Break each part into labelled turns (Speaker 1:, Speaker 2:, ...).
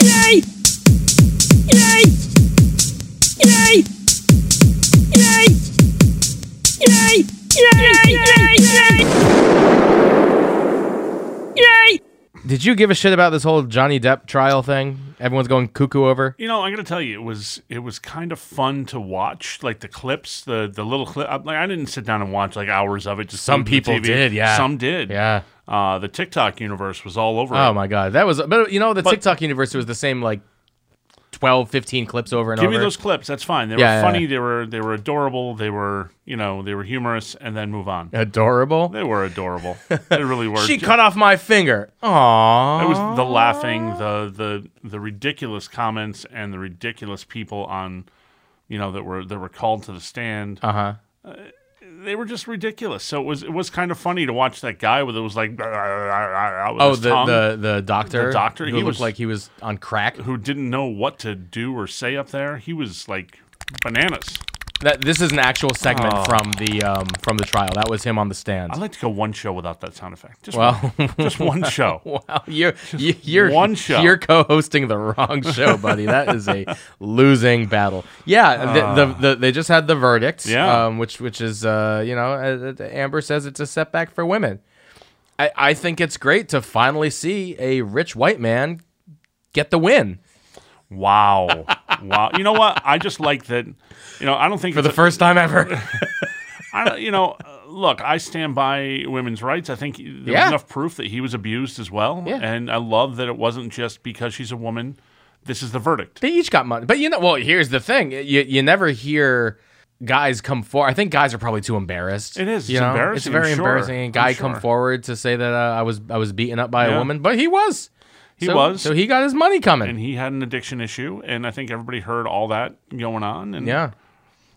Speaker 1: Yay! Yay! Yay! Yay! Yay! Yay! Yay! Yay! Yay!
Speaker 2: Did you give a shit about this whole Johnny Depp trial thing? Everyone's going cuckoo over.
Speaker 3: You know, I'm gonna tell you, it was it was kind of fun to watch, like the clips, the the little clip. Like I didn't sit down and watch like hours of it. Just
Speaker 2: Some
Speaker 3: glued to
Speaker 2: people
Speaker 3: the TV.
Speaker 2: did, yeah.
Speaker 3: Some did,
Speaker 2: Yeah.
Speaker 3: Uh, the TikTok universe was all over.
Speaker 2: Oh
Speaker 3: it.
Speaker 2: my god, that was. But you know, the
Speaker 3: But-
Speaker 2: TikTok universe was the same like 12, 15 clips over and
Speaker 3: Give
Speaker 2: over.
Speaker 3: me those clips. That's fine. They
Speaker 2: Yeah, yeah,
Speaker 3: were funny.
Speaker 2: yeah.
Speaker 3: They were they were adorable. They were you know they were humorous, and then move on.
Speaker 2: Adorable.
Speaker 3: They were adorable. they really were.
Speaker 2: She cut off my finger. Aww.
Speaker 3: It was the laughing, the the the ridiculous comments, and the ridiculous people on, you know, that were that were called to the stand.
Speaker 2: Uh huh.
Speaker 3: They were just ridiculous. So it was it was kind of funny to watch that guy with it was like, with
Speaker 2: Oh,
Speaker 3: his
Speaker 2: the,
Speaker 3: tongue,
Speaker 2: the the doctor.
Speaker 3: The doctor,
Speaker 2: Who
Speaker 3: he
Speaker 2: looked
Speaker 3: was-
Speaker 2: like he was on crack.
Speaker 3: who didn't know what to do or say up there. He was like bananas.
Speaker 2: That this is an actual segment from the um from the trial. That was him on the stand.
Speaker 3: I'd like to go one show without that sound effect. Just
Speaker 2: Well-
Speaker 3: one, just one show.
Speaker 2: Wow, you're you- you're
Speaker 3: one show.
Speaker 2: you're co-hosting the wrong show, buddy. That is a losing battle. Yeah, the, the, the, they just had the verdict.
Speaker 3: Uh. Yeah.
Speaker 2: um, which which is uh, you know, uh, uh, Amber says it's a setback for women. I I think it's great to finally see a rich white man get the win
Speaker 3: Wow. wow. You know what? I just like that. You know, I don't think
Speaker 2: for the
Speaker 3: it's a-
Speaker 2: first time ever.
Speaker 3: I, don't- you know, uh, look, I stand by women's rights. I think there
Speaker 2: Yeah.
Speaker 3: was enough proof that he was abused as well.
Speaker 2: Yeah.
Speaker 3: And I love that it wasn't just because she's a woman. This is the verdict.
Speaker 2: They each got money, but you know, well, here's the thing: you you never hear guys come forward. I think guys are probably too embarrassed.
Speaker 3: It is.
Speaker 2: You
Speaker 3: It's
Speaker 2: know?
Speaker 3: embarrassing,
Speaker 2: It's very
Speaker 3: I'm sure.
Speaker 2: embarrassing. A
Speaker 3: I'm
Speaker 2: guy
Speaker 3: sure.
Speaker 2: come forward to say that uh, I was I was beaten up by a
Speaker 3: Yeah.
Speaker 2: woman, but he was.
Speaker 3: He
Speaker 2: So-
Speaker 3: was.
Speaker 2: So he got his money coming.
Speaker 3: and he had an addiction issue. And I think everybody heard all that going on. And,
Speaker 2: yeah.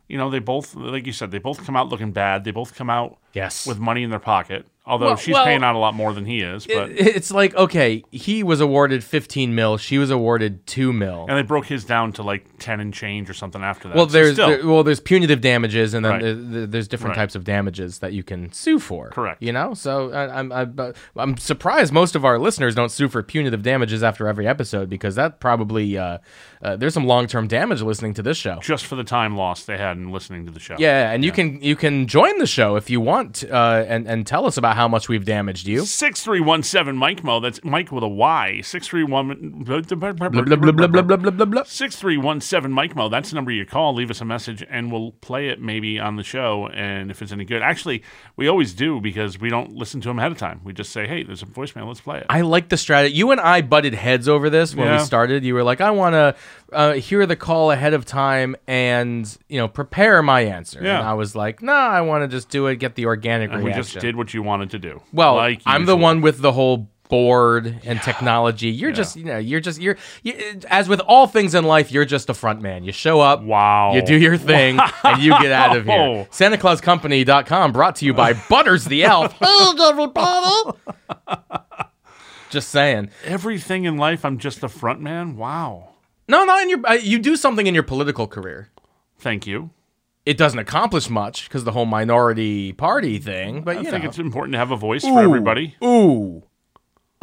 Speaker 3: you know, they both, like you said, they both come out looking bad. They both come out
Speaker 2: Yes.
Speaker 3: with money in their pocket. Although
Speaker 2: Well-
Speaker 3: she's
Speaker 2: well-
Speaker 3: paying out a lot more than he is. But
Speaker 2: It- it's like okay, he was awarded 15 mil. She was awarded two mil.
Speaker 3: And they broke his down to like 10 and change or something after that.
Speaker 2: Well,
Speaker 3: So
Speaker 2: there's
Speaker 3: still,
Speaker 2: there, well, there's punitive damages, and then
Speaker 3: Right.
Speaker 2: there- there- there's different
Speaker 3: Right.
Speaker 2: types of damages that you can sue for.
Speaker 3: Correct.
Speaker 2: You know, so I, I'm I, but I'm surprised most of our listeners don't sue for punitive damages after every episode because that probably uh, uh, there's some long term damage listening to this show.
Speaker 3: just for the time lost they had in listening to the show.
Speaker 2: Yeah, and you can you can join the show if you want, uh, and and tell us about how much we've damaged you.
Speaker 3: 6317 Mike Mo. That's Mike with a Y. 6317
Speaker 2: Blah-blah-blah-blah-blah-blah-blah.
Speaker 3: Mike Mo. That's the number you call. Leave us a message and we'll play it maybe on the show. And if it's any good, actually, we always do because we don't listen to them ahead of time. We just say, hey, there's a voicemail. Let's play it.
Speaker 2: I like the strategy. You and I butted heads over this when
Speaker 3: Yeah.
Speaker 2: we started. You were like, "I want to uh, hear the call ahead of time and you know prepare my answer."
Speaker 3: Yeah.
Speaker 2: And I was like, "Nah, I want to just do it, get the organic
Speaker 3: and we
Speaker 2: reaction."
Speaker 3: just did what you wanted to do.
Speaker 2: Well,
Speaker 3: like
Speaker 2: I'm
Speaker 3: usual.
Speaker 2: the one with the whole board and technology. You're just, you know, you're just you're you, as with all things in life, you're just a front man. You show up,
Speaker 3: Wow.
Speaker 2: you do your thing, and you get out of
Speaker 3: Wow.
Speaker 2: here. SantaClausCompany.com brought to you by Butters the Elf. just saying.
Speaker 3: Everything in life, I'm just the front man. Wow.
Speaker 2: No, not in your. Uh, you do something in your political career.
Speaker 3: Thank you.
Speaker 2: It doesn't accomplish much because the whole minority party thing. But
Speaker 3: I
Speaker 2: you
Speaker 3: think
Speaker 2: know.
Speaker 3: it's important to have a voice for everybody.
Speaker 2: Ooh.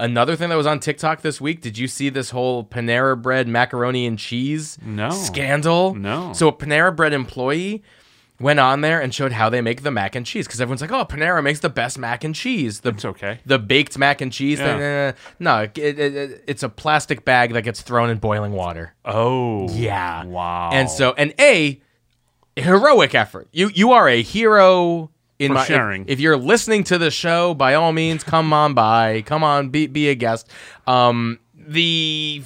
Speaker 2: Another thing that was on TikTok this week. Did you see this whole Panera Bread macaroni and cheese
Speaker 3: No.
Speaker 2: scandal?
Speaker 3: Oh. No.
Speaker 2: So a Panera Bread employee went on there and showed how they make the mac and cheese because everyone's like, "Oh, Panera makes the best mac and cheese." The
Speaker 3: It's okay.
Speaker 2: The baked mac and cheese thing.
Speaker 3: Yeah.
Speaker 2: No, it, it, it, it's a plastic bag that gets thrown in boiling water.
Speaker 3: Oh.
Speaker 2: Yeah.
Speaker 3: Wow.
Speaker 2: And so, and a heroic effort. You you are a hero in
Speaker 3: For
Speaker 2: my if-
Speaker 3: sharing.
Speaker 2: If, you're listening to the show, by all means, come on by. Come on, be be a guest. Um, the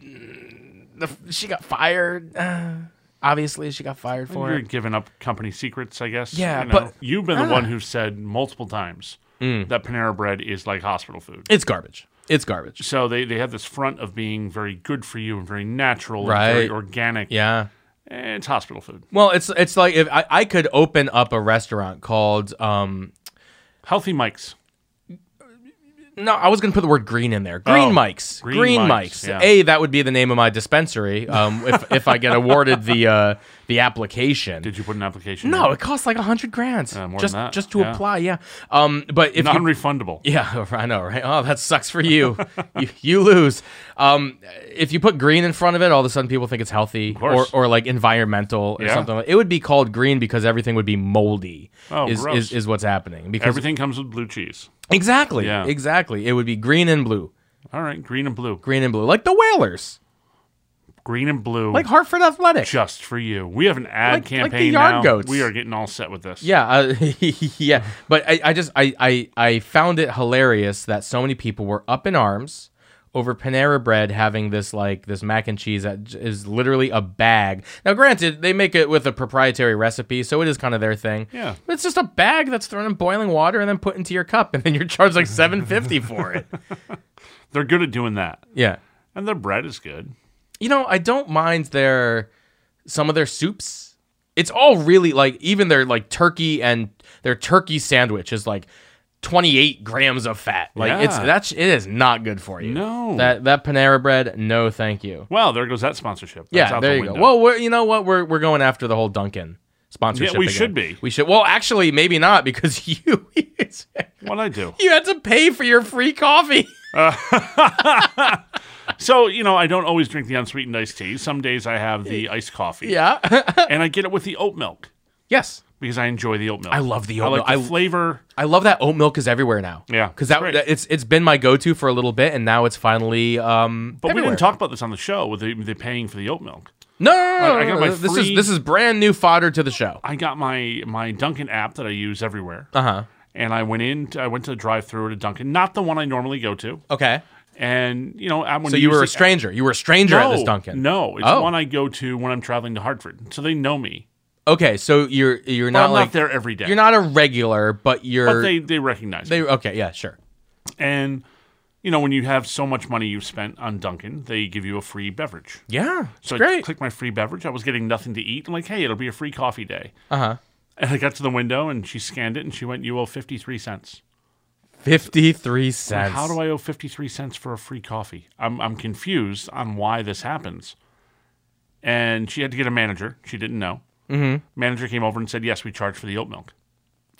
Speaker 2: the she got fired. Uh, obviously, she got fired for
Speaker 3: you're
Speaker 2: it.
Speaker 3: giving up company secrets, I guess.
Speaker 2: Yeah,
Speaker 3: you
Speaker 2: but-
Speaker 3: you've been the one who said multiple times
Speaker 2: Mm.
Speaker 3: that Panera Bread is like hospital food.
Speaker 2: It's garbage. It's garbage.
Speaker 3: So they, they have this front of being very good for you and very natural and
Speaker 2: Right.
Speaker 3: very organic.
Speaker 2: Yeah.
Speaker 3: Eh, It's hospital food.
Speaker 2: Well, it's it's like if I, I could open up a restaurant called um
Speaker 3: Healthy Mike's.
Speaker 2: No, I was going to put the word green in there. Green
Speaker 3: Oh,
Speaker 2: mics.
Speaker 3: Green
Speaker 2: Green,
Speaker 3: Mics,
Speaker 2: mics.
Speaker 3: yeah.
Speaker 2: A, that would be the name of my dispensary um, if, if I get awarded the uh, the application.
Speaker 3: Did you put an application?
Speaker 2: no,
Speaker 3: in?
Speaker 2: it costs like a hundred grand
Speaker 3: Yeah, more than
Speaker 2: just
Speaker 3: that,
Speaker 2: just to
Speaker 3: yeah.
Speaker 2: apply. Yeah. Um, but if you-
Speaker 3: non-refundable.
Speaker 2: yeah, I know, right? Oh, that sucks for you. you, you lose. Um, if you put green in front of it, all of a sudden people think it's healthy or,
Speaker 3: course.
Speaker 2: or like environmental or
Speaker 3: Yeah.
Speaker 2: something. Like, it would be called green because everything would be moldy.
Speaker 3: Oh,
Speaker 2: is,
Speaker 3: gross.
Speaker 2: is is what's happening because
Speaker 3: Everything comes with blue cheese.
Speaker 2: exactly,
Speaker 3: Yeah.
Speaker 2: exactly. It would be green and blue,
Speaker 3: All right, green and blue.
Speaker 2: green and blue, like the Whalers,
Speaker 3: Green and blue.
Speaker 2: like Hartford Athletic.
Speaker 3: just for you. We have an ad
Speaker 2: Like- like the
Speaker 3: campaign
Speaker 2: Yard
Speaker 3: now.
Speaker 2: Goats.
Speaker 3: We are getting all set with this.
Speaker 2: Yeah, uh, yeah. But I, I just I, I I found it hilarious that so many people were up in arms over Panera Bread having this like this mac and cheese that j- is literally a bag. Now, granted, they make it with a proprietary recipe, so it is kind of their thing.
Speaker 3: Yeah.
Speaker 2: but it's just a bag that's thrown in boiling water and then put into your cup, and then you're charged like seven fifty for it.
Speaker 3: They're good at doing that.
Speaker 2: Yeah,
Speaker 3: And their bread is good.
Speaker 2: you know, I don't mind their some of their soups. It's all really like even their like turkey and their turkey sandwich is like 28 grams of fat. Like it's
Speaker 3: Yeah.
Speaker 2: that's it is not good for you.
Speaker 3: No.
Speaker 2: That that Panera bread, no thank you.
Speaker 3: Well, there goes that sponsorship. That's
Speaker 2: yeah,
Speaker 3: out
Speaker 2: there
Speaker 3: the
Speaker 2: you
Speaker 3: window.
Speaker 2: go. Well, we're, you know what? We're we're going after the whole Duncan sponsorship.
Speaker 3: we
Speaker 2: again.
Speaker 3: should be.
Speaker 2: We should. Well, actually, maybe not because you
Speaker 3: what I do.
Speaker 2: you had to pay for your free coffee.
Speaker 3: So, you know, I don't always drink the unsweetened iced tea. Some days I have the iced coffee.
Speaker 2: yeah.
Speaker 3: And I get it with the oat milk
Speaker 2: yes.
Speaker 3: because I enjoy the oat milk.
Speaker 2: I love the
Speaker 3: I
Speaker 2: oat
Speaker 3: like
Speaker 2: milk.
Speaker 3: the
Speaker 2: I-
Speaker 3: flavor.
Speaker 2: I love that oat milk is everywhere now.
Speaker 3: Yeah,
Speaker 2: because
Speaker 3: it's
Speaker 2: that
Speaker 3: great.
Speaker 2: that- it's it's been my go-to for a little bit, and now it's finally. Um,
Speaker 3: But we
Speaker 2: everywhere.
Speaker 3: didn't talk about this on the show with the, the paying for the oat milk.
Speaker 2: No, no, no, no,
Speaker 3: I- I got
Speaker 2: no,
Speaker 3: my
Speaker 2: no, this
Speaker 3: free-
Speaker 2: is this is brand new fodder to the show.
Speaker 3: I got my my Dunkin' app that I use everywhere.
Speaker 2: Uh huh.
Speaker 3: And I went in, I went to the drive through at a Dunkin', not the one I normally go to.
Speaker 2: Okay,
Speaker 3: And, you know, I when
Speaker 2: so you were a
Speaker 3: use the-
Speaker 2: stranger. You were a stranger at this Dunkin'.
Speaker 3: No, it's
Speaker 2: Oh.
Speaker 3: one I go to when I'm traveling to Hartford, so they know me.
Speaker 2: Okay, so you're you're
Speaker 3: But
Speaker 2: not
Speaker 3: I'm
Speaker 2: like
Speaker 3: not there every day.
Speaker 2: you're not a regular, but you're.
Speaker 3: but they they recognize me.
Speaker 2: they- okay, yeah, sure.
Speaker 3: And you know, when you have so much money you've spent on Dunkin', they give you a free beverage.
Speaker 2: Yeah, it's
Speaker 3: So I
Speaker 2: great.
Speaker 3: clicked my free beverage. I was getting nothing to eat. I'm like, hey, it'll be a free coffee day. Uh huh. And I got to the window and she scanned it and she went, you owe fifty three cents.
Speaker 2: Fifty-three cents.
Speaker 3: How do I owe fifty three cents for a free coffee? I'm I'm confused on why this happens. And she had to get a manager. She didn't know. Mm-hmm. Manager came over and said, yes, we charge for the oat milk.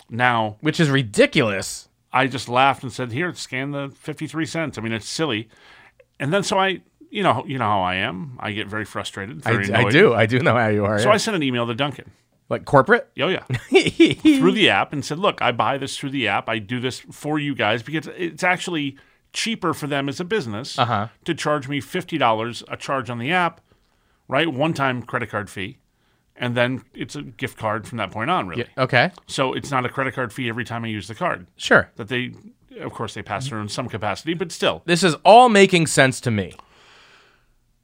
Speaker 3: Now
Speaker 2: Which is ridiculous.
Speaker 3: I just laughed and said, "Here, scan the fifty-three cents." I mean, it's silly. And then so I, you know, you know how I am. I get very frustrated,
Speaker 2: I,
Speaker 3: very
Speaker 2: d-
Speaker 3: annoyed.
Speaker 2: I do. I do know how you are.
Speaker 3: So
Speaker 2: yeah.
Speaker 3: I sent an email to Duncan.
Speaker 2: like corporate.
Speaker 3: Oh yeah,
Speaker 2: yeah,
Speaker 3: through the app, and said, "Look, I buy this through the app. I do this for you guys because it's actually cheaper for them as a business
Speaker 2: Uh-huh.
Speaker 3: to charge me fifty dollars a charge on the app, right? One-time credit card fee, and then it's a gift card from that point on, really.
Speaker 2: okay,
Speaker 3: So it's not a credit card fee every time I use the card.
Speaker 2: sure.
Speaker 3: That they, of course, they pass through in some capacity, but still."
Speaker 2: This is all making sense to me.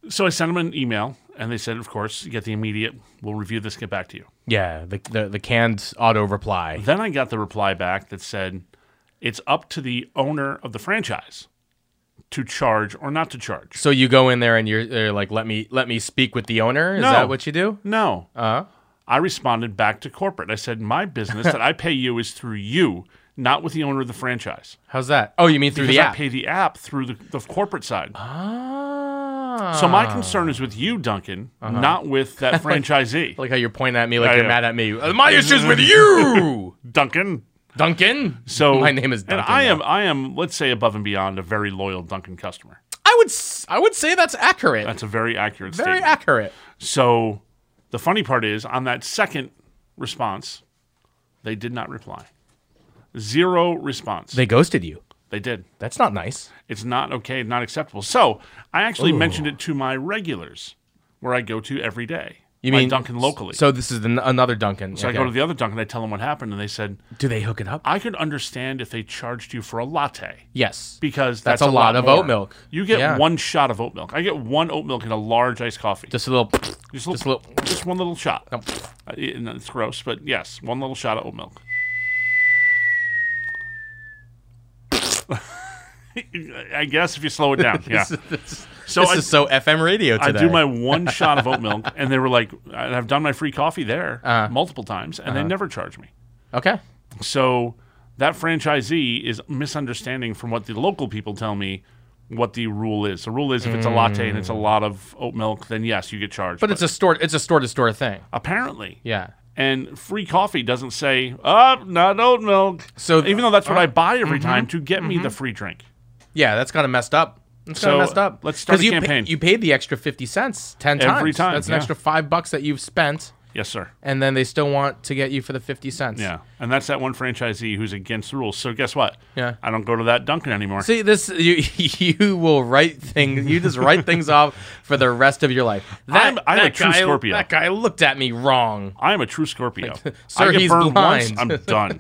Speaker 3: So I sent them an email, and they said, "Of course, you get the immediate. We'll review this, get back to you."
Speaker 2: Yeah, the the, the canned auto reply.
Speaker 3: Then I got the reply back that said, "It's up to the owner of the franchise to charge or not to charge."
Speaker 2: So you go in there and you're, they're like, let me let me speak with the owner. Is
Speaker 3: No.
Speaker 2: that what you do?
Speaker 3: No. Uh-huh. I responded back to corporate. I said, "My business that I pay you is through you, not with the owner of the franchise.
Speaker 2: How's that? Oh, you mean through
Speaker 3: Because
Speaker 2: the
Speaker 3: I
Speaker 2: app?
Speaker 3: pay the app through the, the corporate side.
Speaker 2: ah. Uh-huh.
Speaker 3: So my concern is with you, Duncan, not with that franchisee,
Speaker 2: like how you're pointing at me, like
Speaker 3: Oh, Yeah,
Speaker 2: you're
Speaker 3: yeah.
Speaker 2: mad at me. Uh, My issues with you,
Speaker 3: Duncan."
Speaker 2: Duncan.
Speaker 3: So
Speaker 2: my name is
Speaker 3: and
Speaker 2: Duncan.
Speaker 3: I am
Speaker 2: now.
Speaker 3: I am let's say above and beyond a very loyal Duncan customer.
Speaker 2: I would s- I would say that's accurate.
Speaker 3: That's a very accurate
Speaker 2: Very
Speaker 3: statement.
Speaker 2: accurate.
Speaker 3: so the funny part is on that second response, they did not reply. Zero response. They,
Speaker 2: They ghosted you.
Speaker 3: did.
Speaker 2: That's not nice.
Speaker 3: It's not okay, not acceptable. So I actually mentioned it to my regulars, where I go to every day.
Speaker 2: You
Speaker 3: my
Speaker 2: mean
Speaker 3: Duncan locally?
Speaker 2: So this is an, another Duncan.
Speaker 3: So I go to the other Duncan. I tell them what happened, and they said,
Speaker 2: Do they hook it up?
Speaker 3: "I could understand if they charged you for a latte."
Speaker 2: yes.
Speaker 3: because that's,
Speaker 2: That's a lot of
Speaker 3: more.
Speaker 2: oat milk.
Speaker 3: You get
Speaker 2: Yeah.
Speaker 3: one shot of oat milk. I get one oat milk and a large iced coffee.
Speaker 2: Just a little.
Speaker 3: just, a
Speaker 2: just a little.
Speaker 3: just one little shot. Uh, it- and it's gross, but yes, one little shot of oat milk. I guess if you slow it down, yeah. So
Speaker 2: this
Speaker 3: I,
Speaker 2: is so FM radio
Speaker 3: I
Speaker 2: today.
Speaker 3: do my one shot of oat milk, and they were like, and
Speaker 2: Uh-huh.
Speaker 3: "I've done my free coffee there multiple times, and they never charge me."
Speaker 2: okay.
Speaker 3: So that franchisee is misunderstanding from what the local people tell me what the rule is. The rule is if it's a latte and it's a lot of oat milk, then yes, you get charged.
Speaker 2: But it's a store. It's a store to store thing.
Speaker 3: apparently,
Speaker 2: Yeah.
Speaker 3: and free coffee doesn't say, "Up, not oat milk."
Speaker 2: So- uh, mm-hmm,
Speaker 3: even though that's what I buy every time to get me the free drink.
Speaker 2: Yeah, that's kind of messed up. That's kind
Speaker 3: So,
Speaker 2: of messed up.
Speaker 3: let's start
Speaker 2: 'Cause
Speaker 3: a
Speaker 2: you
Speaker 3: campaign.
Speaker 2: you paid the extra fifty cents ten times.
Speaker 3: Every time,
Speaker 2: That's an
Speaker 3: yeah.
Speaker 2: extra five bucks that you've spent,
Speaker 3: Yes, sir.
Speaker 2: and then they still want to get you for the fifty cents.
Speaker 3: Yeah, and that's that one franchisee who's against the rules. So guess what?
Speaker 2: Yeah.
Speaker 3: I don't go to that Dunkin' anymore.
Speaker 2: See this, you you will write things. You just write things off for the rest of your life. That,
Speaker 3: I'm- I'm a
Speaker 2: that
Speaker 3: true
Speaker 2: guy,
Speaker 3: Scorpio.
Speaker 2: That guy looked at me wrong.
Speaker 3: I am a true Scorpio.
Speaker 2: Sir,
Speaker 3: I get
Speaker 2: he's
Speaker 3: burned once,
Speaker 2: blind.
Speaker 3: I'm done.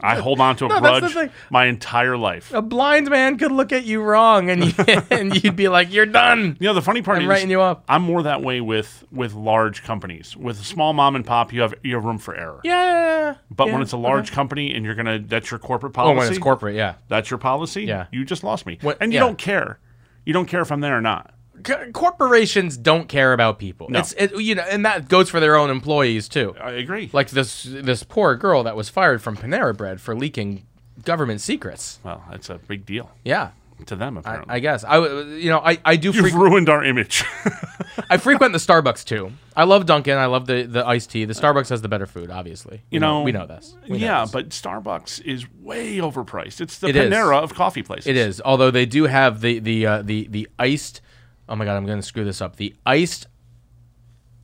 Speaker 3: I hold on to a
Speaker 2: that's the
Speaker 3: grudge
Speaker 2: thing.
Speaker 3: my entire life.
Speaker 2: A blind man could look at you wrong, and you, and you'd be like, "You're done."
Speaker 3: You know, the funny part
Speaker 2: I'm
Speaker 3: is
Speaker 2: writing you up.
Speaker 3: I'm more that way with with large companies. With a small mom and pop, you have you have room for error.
Speaker 2: Yeah,
Speaker 3: But
Speaker 2: yeah.
Speaker 3: when it's a large company and you're gonna that's your corporate
Speaker 2: oh,
Speaker 3: policy.
Speaker 2: when it's corporate, yeah,
Speaker 3: that's your policy.
Speaker 2: Yeah.
Speaker 3: You just lost me.
Speaker 2: What-
Speaker 3: and you
Speaker 2: yeah.
Speaker 3: don't care. You don't care if I'm there or not.
Speaker 2: Co- corporations don't care about people.
Speaker 3: No.
Speaker 2: It's it, you know, and that goes for their own employees too.
Speaker 3: I agree.
Speaker 2: Like this this poor girl that was fired from Panera Bread for leaking government secrets.
Speaker 3: well, that's a big deal
Speaker 2: Yeah.
Speaker 3: to them apparently.
Speaker 2: I guess I, w- you know, I, I do
Speaker 3: You've
Speaker 2: frequent
Speaker 3: ruined our image.
Speaker 2: I frequent the Starbucks too. I love Dunkin'. I love the, the iced tea. The Starbucks has the better food, obviously. We
Speaker 3: You know,
Speaker 2: we know this. We know
Speaker 3: yeah,
Speaker 2: this.
Speaker 3: but Starbucks is way overpriced. It's the
Speaker 2: It is.
Speaker 3: Panera of coffee places.
Speaker 2: it is. Although they do have the the uh, the the iced. Oh my god, I'm gonna screw this up. The iced,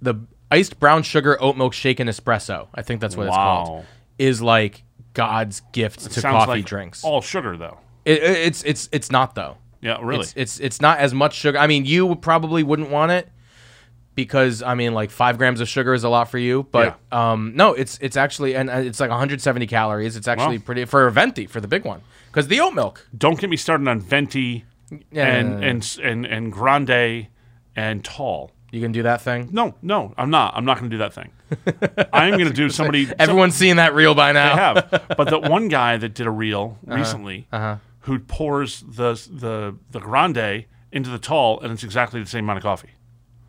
Speaker 2: the iced brown sugar oat milk shaken espresso. I think that's what it's
Speaker 3: Wow.
Speaker 2: called. Is like God's gift to
Speaker 3: Sounds
Speaker 2: coffee
Speaker 3: like
Speaker 2: drinks.
Speaker 3: All sugar though.
Speaker 2: It- it- it's it's it's not though.
Speaker 3: Yeah, really.
Speaker 2: It's, it's it's not as much sugar. I mean, you probably wouldn't want it because I mean, like five grams of sugar is a lot for you. But um, no, it's it's actually and uh, it's like 170 calories. It's actually
Speaker 3: Wow.
Speaker 2: pretty for a venti for the big one because the oat milk.
Speaker 3: Don't get me started on venti and and s- and and grande and tall.
Speaker 2: You can do that thing.
Speaker 3: No, no, I'm not. I'm not going to do that thing. I'm going to do somebody.
Speaker 2: Everyone's seeing that reel by now.
Speaker 3: I have. But that one guy that did a reel recently who pours the the the grande into the tall and it's exactly the same amount of coffee.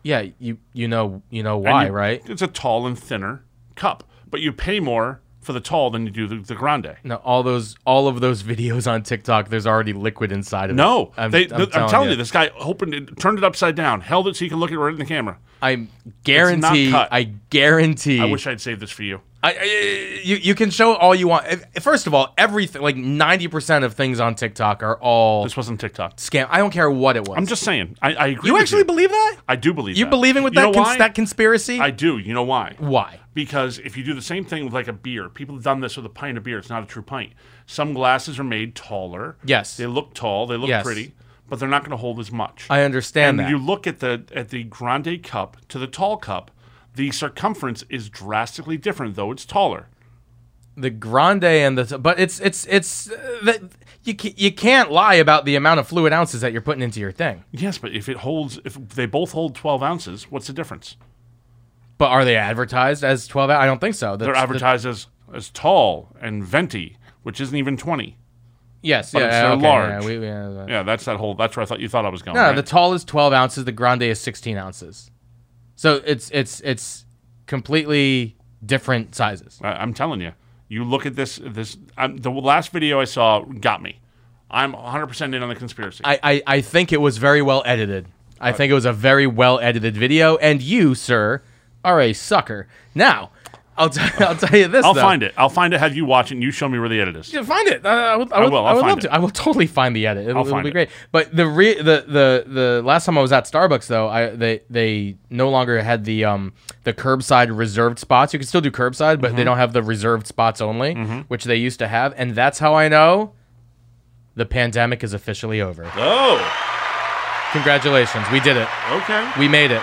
Speaker 2: Yeah, you you know you know
Speaker 3: And
Speaker 2: why,
Speaker 3: you-
Speaker 2: right?
Speaker 3: It's a tall and thinner cup, but you pay more for the tall than you do the, the grande.
Speaker 2: No, all those all of those videos on TikTok, there's already liquid inside of
Speaker 3: No,
Speaker 2: it.
Speaker 3: I'm, they, I'm, telling, you, this guy opened it, turned it upside down, held it so you can look at it right in the camera.
Speaker 2: I guarantee.
Speaker 3: cut.
Speaker 2: I guarantee.
Speaker 3: I wish I'd saved this for you.
Speaker 2: I, I you you can show all you want. If- First of all, everything like ninety percent of things on TikTok are all
Speaker 3: This wasn't TikTok.
Speaker 2: scam. I don't care what it was.
Speaker 3: I'm just saying. I, I agree.
Speaker 2: you
Speaker 3: with
Speaker 2: actually believe that?
Speaker 3: I do believe
Speaker 2: You
Speaker 3: that.
Speaker 2: believing with
Speaker 3: You
Speaker 2: that
Speaker 3: know
Speaker 2: cons-
Speaker 3: why?
Speaker 2: that conspiracy?
Speaker 3: I do. You know why?
Speaker 2: Why?
Speaker 3: Because if you do the same thing with like a beer, people have done this with a pint of beer. It's not a true pint. Some glasses are made taller.
Speaker 2: Yes.
Speaker 3: They look tall. They look
Speaker 2: Yes.
Speaker 3: pretty, but they're not going to hold as much.
Speaker 2: I understand
Speaker 3: and
Speaker 2: that.
Speaker 3: you look at the at the grande cup to the tall cup, the circumference is drastically different, though it's taller.
Speaker 2: the grande and the but it's it's it's uh, that you ca- you can't lie about the amount of fluid ounces that you're putting into your thing.
Speaker 3: Yes, but if it holds, if they both hold 12 ounces, what's the difference?
Speaker 2: But are they advertised as twelve? I don't think so.
Speaker 3: They're
Speaker 2: That's-
Speaker 3: advertised as as tall and venti, which isn't even 20.
Speaker 2: yes,
Speaker 3: it's
Speaker 2: yeah,
Speaker 3: their
Speaker 2: okay,
Speaker 3: large.
Speaker 2: Yeah, we, yeah,
Speaker 3: Yeah, that's that whole. That's where I thought you thought I was going.
Speaker 2: No,
Speaker 3: right?
Speaker 2: the tall is twelve ounces. The grande is sixteen ounces. So it's it's it's completely different sizes.
Speaker 3: I, I'm telling you, you look at this. This I'm, the last video I saw got me. I'm 100% in on the conspiracy.
Speaker 2: I, I I think it was very well edited. I think it was a very well edited video. And you, sir, are a sucker. Now, I'll t- I'll tell you this.
Speaker 3: I'll
Speaker 2: though.
Speaker 3: find it. I'll find it. Have you watch it? and You show me where the edit is.
Speaker 2: Yeah, find it. Uh, I, would, I, would, I
Speaker 3: will.
Speaker 2: will.
Speaker 3: I'll
Speaker 2: I would
Speaker 3: find
Speaker 2: love
Speaker 3: it.
Speaker 2: to. I will totally find the edit. It'll, it'll
Speaker 3: find
Speaker 2: be
Speaker 3: it.
Speaker 2: great. But the re- the the the last time I was at Starbucks though, I they they no longer had the um the curbside reserved spots. You can still do curbside, but
Speaker 3: Mm-hmm.
Speaker 2: they don't have the reserved spots only, which they used to have. And that's how I know the pandemic is officially over.
Speaker 3: Oh,
Speaker 2: Congratulations, we did it.
Speaker 3: okay.
Speaker 2: We made it.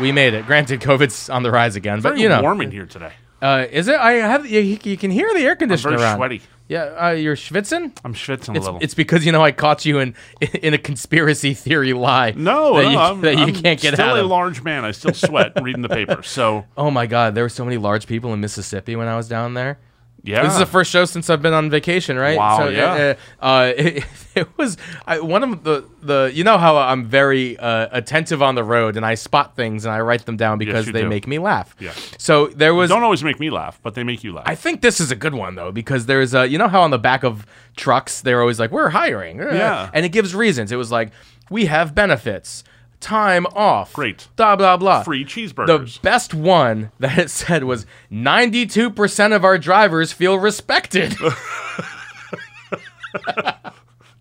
Speaker 2: We made it. Granted, COVID's on the rise again, but
Speaker 3: Very
Speaker 2: you know,
Speaker 3: warm in here today.
Speaker 2: Uh, is it? I have you, you can hear the air conditioner.
Speaker 3: Very
Speaker 2: on.
Speaker 3: sweaty.
Speaker 2: Yeah, uh, you're schwitzing.
Speaker 3: I'm schwitzing a
Speaker 2: It's,
Speaker 3: little.
Speaker 2: it's because you know I caught you in in a conspiracy theory lie.
Speaker 3: no,
Speaker 2: that
Speaker 3: no,
Speaker 2: you,
Speaker 3: I'm,
Speaker 2: that you
Speaker 3: I'm
Speaker 2: can't get
Speaker 3: still
Speaker 2: out
Speaker 3: a
Speaker 2: of.
Speaker 3: large man. I still sweat reading the paper. So
Speaker 2: oh my God, there were so many large people in Mississippi when I was down there.
Speaker 3: Yeah.
Speaker 2: This is the first show since I've been on vacation, right?
Speaker 3: Wow,
Speaker 2: So, uh,
Speaker 3: yeah.
Speaker 2: Uh, uh, it, it was I, one of the the. You know how I'm very uh, attentive on the road, and I spot things and I write them down because
Speaker 3: you
Speaker 2: they
Speaker 3: do.
Speaker 2: make me laugh.
Speaker 3: Yeah.
Speaker 2: So there was.
Speaker 3: Don't always make me laugh, but they make you laugh.
Speaker 2: I think this is a good one though because there is a. You know how on the back of trucks they're always like, "We're hiring," uh,
Speaker 3: Yeah.
Speaker 2: and it gives reasons. It was like, "We have benefits, time off,
Speaker 3: Great.
Speaker 2: blah blah blah,
Speaker 3: Free
Speaker 2: the
Speaker 3: cheeseburgers.
Speaker 2: best one that it said was 92% of our drivers feel respected.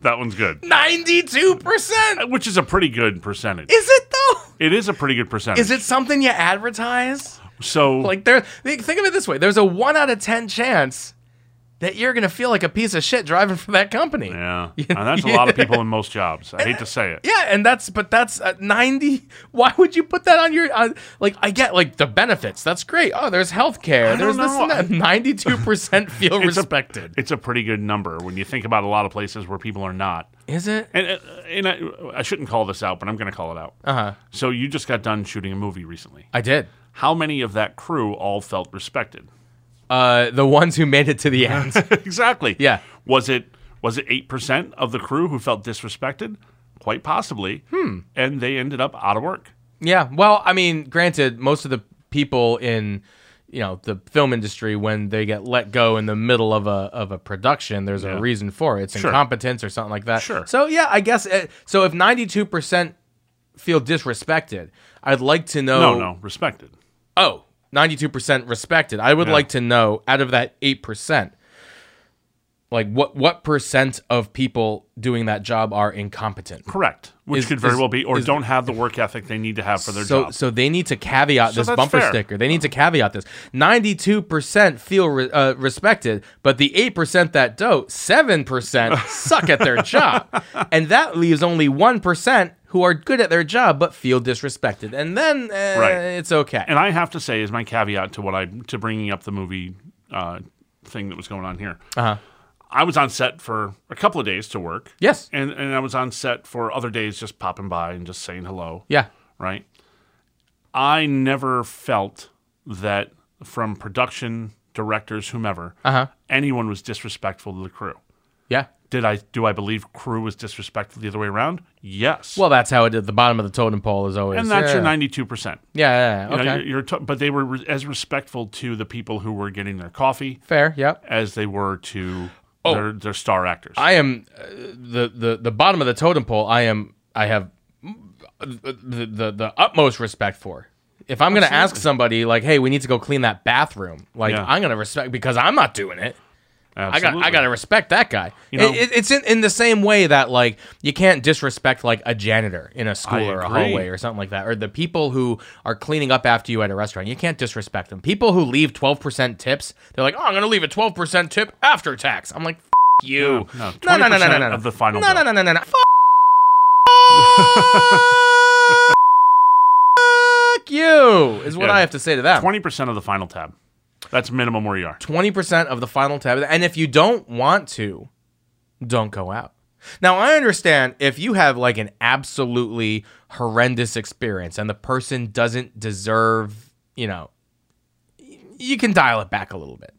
Speaker 3: that one's good.
Speaker 2: 92%!
Speaker 3: Which is a pretty good percentage.
Speaker 2: Is it though?
Speaker 3: It is a pretty good percentage.
Speaker 2: Is it something you advertise?
Speaker 3: so
Speaker 2: Like there think think of it this way. There's a 1 out of 10 chance that you're going to feel like a piece of shit driving for that company.
Speaker 3: Yeah. And that's a lot of people in most jobs. I hate to say it.
Speaker 2: Yeah, and that's but that's uh, 90 why would you put that on your on, like I get like the benefits. That's great. Oh, there's healthcare.
Speaker 3: don't
Speaker 2: There's this
Speaker 3: know.
Speaker 2: and that. 92% feel
Speaker 3: It's a-
Speaker 2: respected.
Speaker 3: It's a pretty good number when you think about a lot of places where people are not.
Speaker 2: Is it?
Speaker 3: And, uh, and I, I shouldn't call this out, but I'm going to call it out.
Speaker 2: Uh-huh.
Speaker 3: So you just got done shooting a movie recently.
Speaker 2: I did.
Speaker 3: How many of that crew all felt respected?
Speaker 2: Uh, the ones who made it to the end.
Speaker 3: exactly.
Speaker 2: Yeah.
Speaker 3: Was it was it eight percent of the crew who felt disrespected? Quite possibly. Hmm. And they ended up out of work.
Speaker 2: yeah. Well, I mean, granted, most of the people in you know the film industry when they get let go in the middle of a of a production, there's a reason for it. It's incompetence or something like that.
Speaker 3: Sure.
Speaker 2: So yeah, I guess it, so. If ninety two percent feel disrespected, I'd like to know.
Speaker 3: No, no, respected.
Speaker 2: Oh, 92% respected. I would like to know out of that 8%, like what what percent of people doing that job are incompetent?
Speaker 3: Correct. Which
Speaker 2: Is-
Speaker 3: could very
Speaker 2: is-
Speaker 3: well be, or
Speaker 2: is-
Speaker 3: don't have the work ethic they need to have for their
Speaker 2: so,
Speaker 3: job.
Speaker 2: So they need to caveat this
Speaker 3: that's
Speaker 2: bumper
Speaker 3: fair.
Speaker 2: sticker. They need to caveat this. 92% feel re- uh, respected, but the 8% that don't, 7% suck at their job. And that leaves only 1% who are good at their job but feel disrespected. And then eh,
Speaker 3: Right.
Speaker 2: it's okay.
Speaker 3: and I have to say, is my caveat to what I to bringing up the movie uh, thing that was going on here. Uh-huh. I was on set for a couple of days to work.
Speaker 2: yes.
Speaker 3: and and I was on set for other days, just popping by and just saying hello.
Speaker 2: Yeah.
Speaker 3: right? I never felt that from production directors, whomever,
Speaker 2: Uh-huh.
Speaker 3: anyone was disrespectful to the crew.
Speaker 2: Yeah.
Speaker 3: Did I do I believe crew was disrespectful the other way around? Yes.
Speaker 2: Well, that's how it at the bottom of the totem pole is always.
Speaker 3: and that's
Speaker 2: yeah.
Speaker 3: your ninety-two percent.
Speaker 2: Yeah, yeah, yeah.
Speaker 3: You
Speaker 2: Okay.
Speaker 3: know, you're, you're t- but they were re- as respectful to the people who were getting their coffee
Speaker 2: Fair. Yep.
Speaker 3: as they were to their, their star actors.
Speaker 2: Oh. I am uh, the the the bottom of the totem pole. I am. I have the the, the utmost respect for. If I'm going to ask somebody like, "Hey, we need to go clean that bathroom," like
Speaker 3: Yeah.
Speaker 2: I'm going to respect because I'm not doing it. I got I
Speaker 3: Absolutely.
Speaker 2: got to respect that guy.
Speaker 3: know-
Speaker 2: it, it- it's in, in the same way that like you can't disrespect like a janitor in a school
Speaker 3: I
Speaker 2: or a
Speaker 3: agree.
Speaker 2: hallway or something like that, or the people who are cleaning up after you at a restaurant. You can't disrespect them. People who leave twelve percent tips, they're like, oh, I'm gonna leave a twelve percent tip after tax. I'm like, F- you,
Speaker 3: No,
Speaker 2: no, no, no, no, no,
Speaker 3: 20%
Speaker 2: no,
Speaker 3: of the final
Speaker 2: no, no,
Speaker 3: bill.
Speaker 2: no, no, no, no. F- you is what
Speaker 3: Yeah.
Speaker 2: I have to say to them.
Speaker 3: Twenty percent of the final tab. That's minimum where you are.
Speaker 2: 20% of the final tab. And if you don't want to, don't go out. Now, I understand if you have like an absolutely horrendous experience and the person doesn't deserve, you know, you can dial it back a little bit.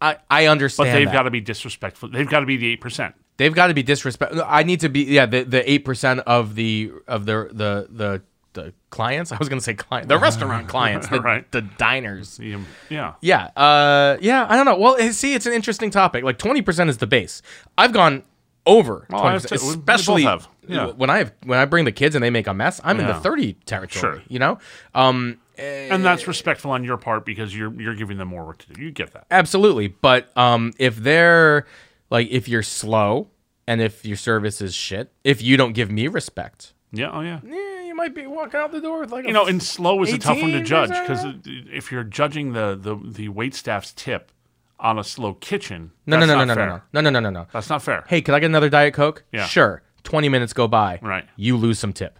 Speaker 2: I, I
Speaker 3: But
Speaker 2: understand.
Speaker 3: they've
Speaker 2: that.
Speaker 3: got to be disrespectful. They've got to be the eight percent.
Speaker 2: They've got to be disrespect. I need to be yeah the the eight percent of the of the the the the clients. I was gonna say client the restaurant clients the,
Speaker 3: Right.
Speaker 2: the diners.
Speaker 3: um, Yeah.
Speaker 2: Yeah, uh, yeah, I don't know. Well, eh, see, it's an interesting topic. Like twenty percent is the base. I've gone over
Speaker 3: Oh, I
Speaker 2: twenty
Speaker 3: have
Speaker 2: percent,
Speaker 3: to- we- we both
Speaker 2: especially
Speaker 3: have. Yeah.
Speaker 2: when I have, when I bring the kids and they make a mess. I'm in
Speaker 3: Yeah.
Speaker 2: the thirty territory.
Speaker 3: Sure.
Speaker 2: You know, um,
Speaker 3: and that's respectful on your part because you're you're giving them more work to do. You get that.
Speaker 2: absolutely. But um, if they're like, if you're slow and if your service is shit, if you don't give me respect,
Speaker 3: Yeah. Oh yeah.
Speaker 2: yeah, you might be walking out the door with like
Speaker 3: You know, and slow is a tough one to
Speaker 2: 18%?
Speaker 3: judge because if you're judging the the the wait staff's tip on a slow kitchen,
Speaker 2: no, no,
Speaker 3: that's
Speaker 2: no, no, no,
Speaker 3: not fair.
Speaker 2: no, no, no, no, no, no.
Speaker 3: That's not fair.
Speaker 2: Hey, could I get another diet coke?
Speaker 3: Yeah.
Speaker 2: Sure. Twenty minutes go by.
Speaker 3: Right.
Speaker 2: You lose some tip.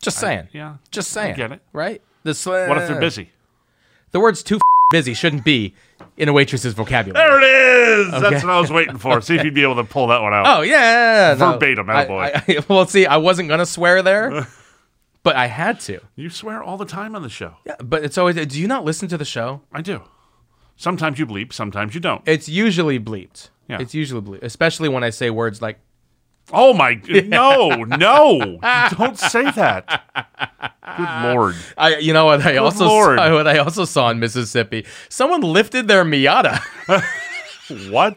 Speaker 2: Just saying.
Speaker 3: yeah,
Speaker 2: Just saying.
Speaker 3: get it.
Speaker 2: Right. The sl-
Speaker 3: What if they're busy?
Speaker 2: The words "too f- busy" shouldn't be in a waitress's vocabulary.
Speaker 3: There it is. That's what I was waiting for. See if you'd be able to pull that one out.
Speaker 2: Oh yeah. no.
Speaker 3: Verbatim,
Speaker 2: I-
Speaker 3: attaboy.
Speaker 2: I, I, well, see, I wasn't gonna swear there, but I had to.
Speaker 3: You swear all the time on the show.
Speaker 2: Yeah, but it's always. Do you not listen to the show?
Speaker 3: I do. Sometimes you bleep, sometimes you don't.
Speaker 2: It's usually bleeped.
Speaker 3: Yeah.
Speaker 2: It's usually bleeped, especially when I say words like
Speaker 3: Oh my! No, no! Don't say that. Good lord!
Speaker 2: I, you know what I also
Speaker 3: Lord.
Speaker 2: saw, what I also saw in Mississippi. Someone lifted their Miata.
Speaker 3: What?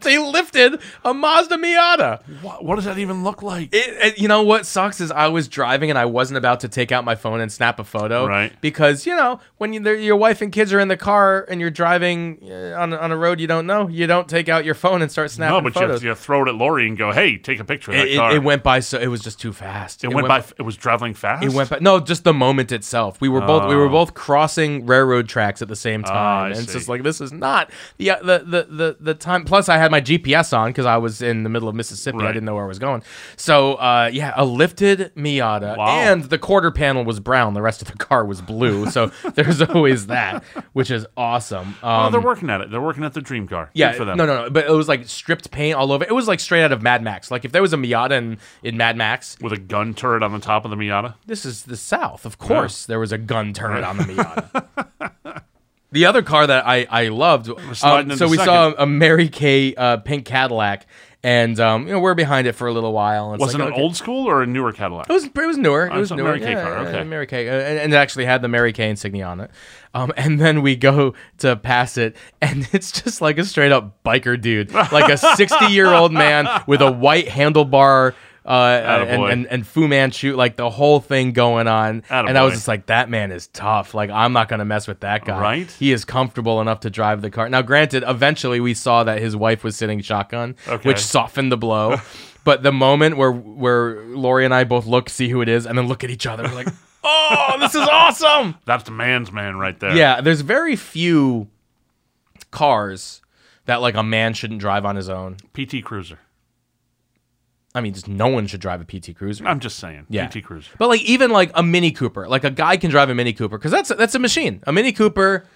Speaker 2: they lifted a Mazda Miata.
Speaker 3: What, what does that even look like?
Speaker 2: It, it- you know what sucks is I was driving and I wasn't about to take out my phone and snap a photo,
Speaker 3: Right.
Speaker 2: Because you know when you, your wife and kids are in the car and you're driving uh, on on a road you don't know, you don't take out your phone and start snapping
Speaker 3: no, but
Speaker 2: photos.
Speaker 3: you, you throw it at Lori and go, "Hey, take a picture of that
Speaker 2: it, it-
Speaker 3: car."
Speaker 2: it went by so it was just too fast.
Speaker 3: It went by. It was traveling fast.
Speaker 2: It went by, no, just the moment itself. We were both we were both crossing railroad tracks at the same time,
Speaker 3: Oh. Ah, I
Speaker 2: and it's just
Speaker 3: see.
Speaker 2: like this is not the uh, the the the, the time. Plus, I had my GPS on because I was in the middle of Mississippi. I
Speaker 3: Right.
Speaker 2: didn't know where I was going. So, uh, yeah, a lifted Miata,
Speaker 3: Wow.
Speaker 2: and the quarter panel was brown. The rest of the car was blue. So there's always that, which is awesome.
Speaker 3: Oh,
Speaker 2: Um,
Speaker 3: they're working at it. They're working at the dream car. Good
Speaker 2: yeah,
Speaker 3: for them.
Speaker 2: no, no, no. But it was like stripped paint all over. It was like straight out of Mad Max. Like if there was a Miata in, in Mad Max,
Speaker 3: With a gun turret on the top of the Miata.
Speaker 2: this is the South. Of course, there was a gun turret on the Miata. the other car that I, I loved.
Speaker 3: sliding
Speaker 2: um, so
Speaker 3: into
Speaker 2: we
Speaker 3: second.
Speaker 2: saw a Mary Kay uh, pink Cadillac, and um, you know we're behind it for a little while. And it's
Speaker 3: Was it
Speaker 2: like,
Speaker 3: an
Speaker 2: okay.
Speaker 3: old school or a newer Cadillac?
Speaker 2: It was it was newer. It was
Speaker 3: Oh, so
Speaker 2: newer.
Speaker 3: Mary Kay
Speaker 2: Yeah,
Speaker 3: car,
Speaker 2: yeah,
Speaker 3: okay.
Speaker 2: Mary Kay, uh, and, and it actually had the Mary Kay insignia on it. Um, and then we go to pass it, and it's just like a straight up biker dude, like a sixty year old man with a white handlebar. Uh, and,
Speaker 3: Attaboy.
Speaker 2: and and Fu Manchu, like the whole thing going on, and I was
Speaker 3: Attaboy.
Speaker 2: just like, that man is tough. Like I'm not gonna mess with that guy.
Speaker 3: Right.
Speaker 2: He is comfortable enough to drive the car. Now, granted, eventually we saw that his wife was sitting shotgun,
Speaker 3: Okay.
Speaker 2: which softened the blow. but the moment where where Lori and I both look, see who it is, and then look at each other, we're like, "Oh, this is awesome!"
Speaker 3: That's the man's man right there.
Speaker 2: Yeah, there's very few cars that like a man shouldn't drive on his own.
Speaker 3: PT Cruiser.
Speaker 2: I mean, just no one should drive a PT Cruiser.
Speaker 3: I'm just saying.
Speaker 2: Yeah.
Speaker 3: PT Cruiser.
Speaker 2: But like even like a Mini Cooper, like a guy can drive a Mini Cooper because that's that's a machine. A Mini Cooper,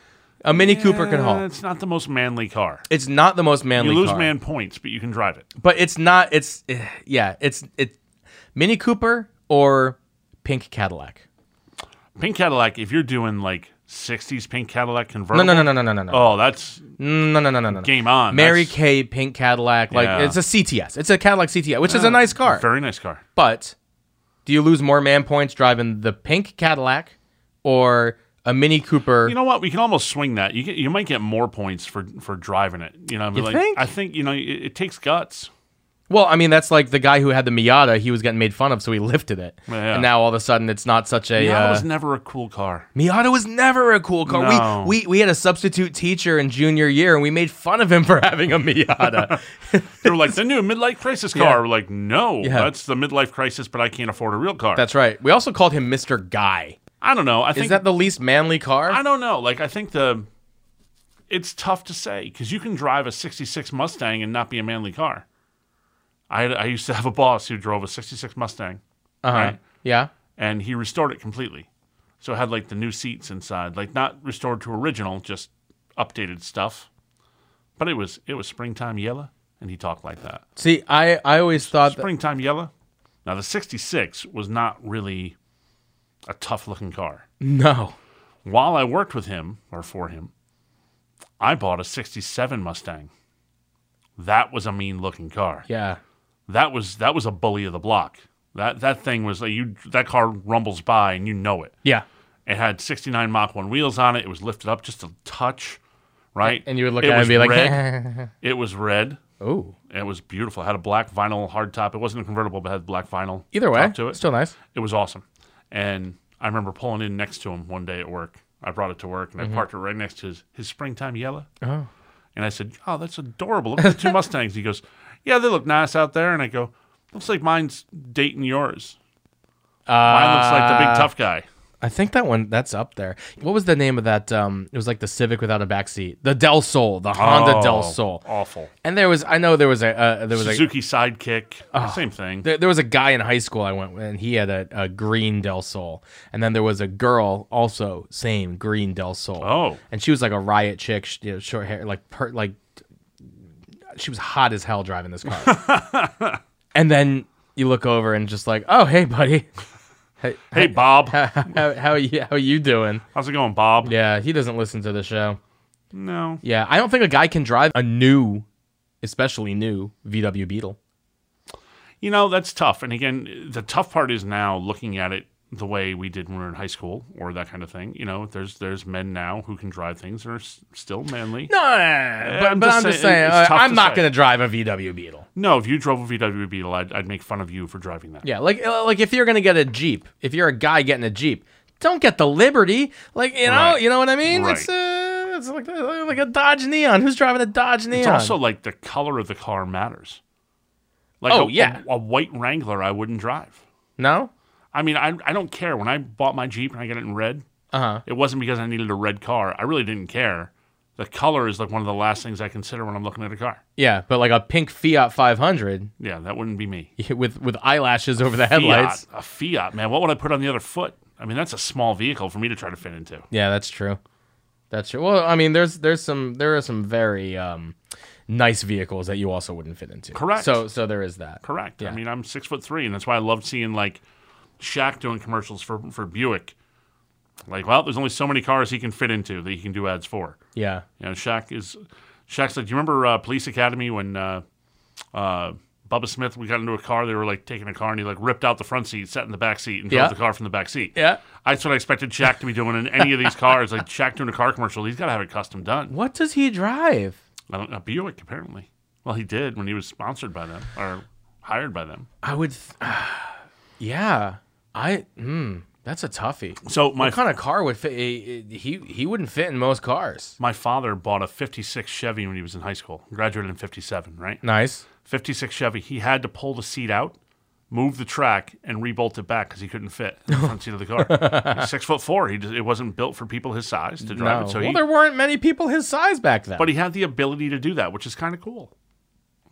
Speaker 2: a Mini Cooper can
Speaker 3: Eh,
Speaker 2: haul.
Speaker 3: It's not the most manly car.
Speaker 2: It's not the most manly.
Speaker 3: You lose
Speaker 2: car.
Speaker 3: man points, but you can drive it.
Speaker 2: but it's not it's eh, yeah it's it mini cooper or pink cadillac
Speaker 3: Pink Cadillac. If you're doing like '60s pink Cadillac
Speaker 2: no
Speaker 3: convertible.
Speaker 2: no no no no no no no
Speaker 3: Oh, that's
Speaker 2: no no no no no
Speaker 3: game on.
Speaker 2: mary
Speaker 3: That's
Speaker 2: kay pink cadillac like
Speaker 3: Yeah.
Speaker 2: it's a cts it's a cadillac cts which is a nice
Speaker 3: a
Speaker 2: car
Speaker 3: Very nice car.
Speaker 2: but do you lose more man points driving the pink cadillac or a mini cooper
Speaker 3: You know what? We can almost swing that. You get, you might get more points for for driving it. You know, I mean,
Speaker 2: You
Speaker 3: like,
Speaker 2: think?
Speaker 3: I think you know it, it takes guts.
Speaker 2: well i mean that's like the guy who had the miata he was getting made fun of so he lifted it
Speaker 3: Yeah.
Speaker 2: and now all of a sudden it's not such a
Speaker 3: Yeah,
Speaker 2: uh,
Speaker 3: was never a cool car.
Speaker 2: Miata was never a cool car.
Speaker 3: No.
Speaker 2: We, we we had a substitute teacher in junior year, and we made fun of him for having a Miata.
Speaker 3: They were like the new midlife crisis car. We're like, no,
Speaker 2: Yeah.
Speaker 3: that's the midlife crisis, but I can't afford a real car.
Speaker 2: That's right. We also called him Mister Guy.
Speaker 3: I don't know. I
Speaker 2: Is
Speaker 3: think
Speaker 2: that the least manly car?
Speaker 3: I don't know. Like I think the it's tough to say because you can drive a '66 Mustang and not be a manly car. I I used to have a boss who drove a '66 Mustang,
Speaker 2: Uh-huh.
Speaker 3: right?
Speaker 2: Yeah.
Speaker 3: And he restored it completely, so it had like the new seats inside, like not restored to original, just updated stuff. But it was it was springtime yellow, and he talked like that.
Speaker 2: See, I I always thought that,
Speaker 3: Springtime yellow. Now the '66 was not really a tough looking car
Speaker 2: no.
Speaker 3: while I worked with him or for him, I bought a 67 Mustang. That was a mean looking car.
Speaker 2: Yeah.
Speaker 3: That was that was a bully of the block. That that thing was like you that car rumbles by and you know it.
Speaker 2: Yeah.
Speaker 3: It had 69 Mach 1 wheels on it. It was lifted up just a touch, right?
Speaker 2: And you would look at it and
Speaker 3: was
Speaker 2: be like,
Speaker 3: red. it was red.
Speaker 2: "Oh,
Speaker 3: It was beautiful. It had a black vinyl hardtop. It wasn't a convertible, but it had black vinyl.
Speaker 2: either way,
Speaker 3: top to it
Speaker 2: still nice."
Speaker 3: it was awesome. And I remember pulling in next to him one day at work. I brought it to work and I parked it right next to his, his springtime yellow.
Speaker 2: Oh.
Speaker 3: And I said, Oh, that's adorable. Look at the two Mustangs. He goes, Yeah, they look nice out there. And I go, Looks like mine's dating yours. Mine looks like the big tough guy.
Speaker 2: I think that one that's up there. What was the name of that? Um, it was like the Civic without a backseat, the Del Sol, the Honda Del
Speaker 3: Oh,
Speaker 2: Sol.
Speaker 3: Awful.
Speaker 2: And there was, I know there was a, uh, there was a,
Speaker 3: Suzuki sidekick. same thing.
Speaker 2: there, there was a guy in high school I went with, and he had a, a green Del Sol. And then there was a girl also, same green Del Sol.
Speaker 3: Oh.
Speaker 2: And she was like a riot chick, sh you know, short hair, like, per, like, she was hot as hell driving this car. and then you look over and just like, oh, hey, buddy. Hey,
Speaker 3: hey, Bob.
Speaker 2: how, how, how, you, how you doing?
Speaker 3: How's it going, Bob?
Speaker 2: Yeah, he doesn't listen to the show.
Speaker 3: No.
Speaker 2: Yeah, I don't think a guy can drive a new, especially new VW Beetle.
Speaker 3: You know, that's tough. And again, the tough part is now looking at it the way we did when we were in high school or that kind of thing. You know, there's there's men now who can drive things and are s- still manly.
Speaker 2: No, but,
Speaker 3: I'm
Speaker 2: but
Speaker 3: just
Speaker 2: I'm just
Speaker 3: saying,
Speaker 2: saying,
Speaker 3: it's
Speaker 2: uh,
Speaker 3: tough
Speaker 2: I'm
Speaker 3: to
Speaker 2: not
Speaker 3: say.
Speaker 2: going to drive a VW Beetle.
Speaker 3: No, if you drove a VW Beetle, I'd, I'd make fun of you for driving that.
Speaker 2: Yeah, like uh, like if you're gonna get a jeep, if you're a guy getting a jeep, don't get the Liberty. Like you know,
Speaker 3: Right.
Speaker 2: you know what I mean?
Speaker 3: Right.
Speaker 2: It's uh, it's like like a Dodge Neon. Who's driving a Dodge Neon?
Speaker 3: It's also like the color of the car matters. Like
Speaker 2: Oh,
Speaker 3: a,
Speaker 2: yeah.
Speaker 3: a, a white Wrangler I wouldn't drive.
Speaker 2: no.
Speaker 3: I mean, I, I don't care. When I bought my Jeep and I got it in red,
Speaker 2: Uh-huh.
Speaker 3: it wasn't because I needed a red car. I really didn't care. The color is like one of the last things I consider when I'm looking at a car.
Speaker 2: Yeah, but like a pink Fiat 500
Speaker 3: Yeah, that wouldn't be me.
Speaker 2: with with eyelashes over the
Speaker 3: Fiat,
Speaker 2: headlights.
Speaker 3: a Fiat, man. What would I put on the other foot? I mean, that's a small vehicle for me to try to fit into.
Speaker 2: Yeah, that's true. That's true. Well, I mean, there's there's some there are some very um, nice vehicles that you also wouldn't fit into.
Speaker 3: Correct.
Speaker 2: So so there is that.
Speaker 3: Correct.
Speaker 2: Yeah.
Speaker 3: I mean, I'm six foot three, and that's why I loved seeing like Shaq doing commercials for for Buick. Like, well, there's only so many cars he can fit into that he can do ads for.
Speaker 2: Yeah.
Speaker 3: You know, Shaq is Shaq's like, do you remember uh, Police Academy when uh, uh, Bubba Smith we got into a car? They were like taking a car and he like ripped out the front seat, sat in the back seat, and drove
Speaker 2: Yeah.
Speaker 3: the car from the back seat.
Speaker 2: Yeah.
Speaker 3: That's what I expected Shaq to be doing in any of these cars. Like Shaq doing a car commercial, he's got to have it custom done.
Speaker 2: What does he drive?
Speaker 3: I don't, a Buick apparently. Well, he did when he was sponsored by them or hired by them.
Speaker 2: I would. Th- yeah. I. Mm, that's a toughie.
Speaker 3: So my
Speaker 2: What kind of car would fit? He he- he wouldn't fit in most cars.
Speaker 3: My father bought a 56 Chevy when he was in high school, graduated in 57, right?
Speaker 2: Nice.
Speaker 3: 56 Chevy. He had to pull the seat out, move the track, and rebolt it back because he couldn't fit in the front seat of the car. He's six foot four. He just, it wasn't built for people his size to drive
Speaker 2: No.
Speaker 3: it. So
Speaker 2: well,
Speaker 3: he,
Speaker 2: there weren't many people his size back then.
Speaker 3: but he had the ability to do that, which is kind of cool.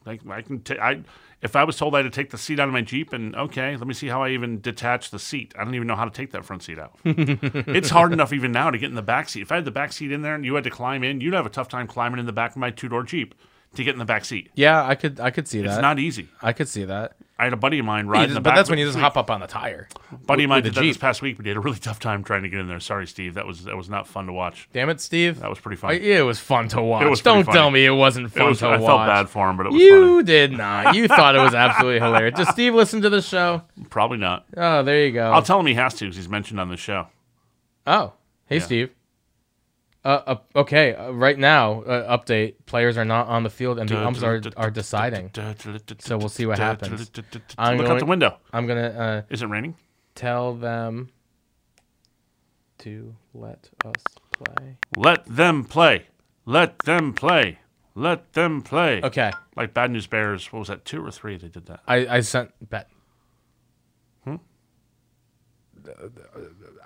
Speaker 3: Like I can, t- I if I was told I had to take the seat out of my Jeep and okay, let me see how I even detach the seat. I don't even know how to take that front seat out. it's hard enough even now to get in the back seat. If I had the back seat in there and you had to climb in, you'd have a tough time climbing in the back of my two door Jeep to get in the back seat.
Speaker 2: yeah, I could I could see
Speaker 3: It's
Speaker 2: that.
Speaker 3: not easy.
Speaker 2: I could see that.
Speaker 3: I had a buddy of mine
Speaker 2: You
Speaker 3: riding
Speaker 2: just-
Speaker 3: the back.
Speaker 2: but that's when
Speaker 3: with-
Speaker 2: you just hop up on the tire.
Speaker 3: buddy of
Speaker 2: with
Speaker 3: mine
Speaker 2: the
Speaker 3: did that this
Speaker 2: Jeep.
Speaker 3: past week, but he had a really tough time trying to get in there. Sorry, Steve. That was that was not fun to watch.
Speaker 2: Damn it, Steve.
Speaker 3: That was pretty
Speaker 2: I-
Speaker 3: funny.
Speaker 2: it was fun to watch.
Speaker 3: was pretty
Speaker 2: Don't tell
Speaker 3: funny.
Speaker 2: me it wasn't
Speaker 3: It
Speaker 2: fun
Speaker 3: was,
Speaker 2: to
Speaker 3: I
Speaker 2: watch.
Speaker 3: felt bad for him, but it was
Speaker 2: You did not. You thought it was absolutely hilarious. Does Steve listen to the show?
Speaker 3: funny. Probably not.
Speaker 2: Oh, there you go.
Speaker 3: I'll tell him he has to because he's mentioned on the show.
Speaker 2: Oh, hey, Steve. Uh, uh, okay, uh, right now, uh, update: players are not on the field, and the umps are are deciding.
Speaker 3: So
Speaker 2: we'll see what happens. I'm
Speaker 3: Look out
Speaker 2: going-
Speaker 3: the window.
Speaker 2: I'm gonna uh,
Speaker 3: Is it raining?
Speaker 2: tell them to let us play.
Speaker 3: Let them play. Let them play. Let them play.
Speaker 2: Okay,
Speaker 3: Like Bad News Bears, what was that, two or three? They did that.
Speaker 2: I I sent bet. Hmm?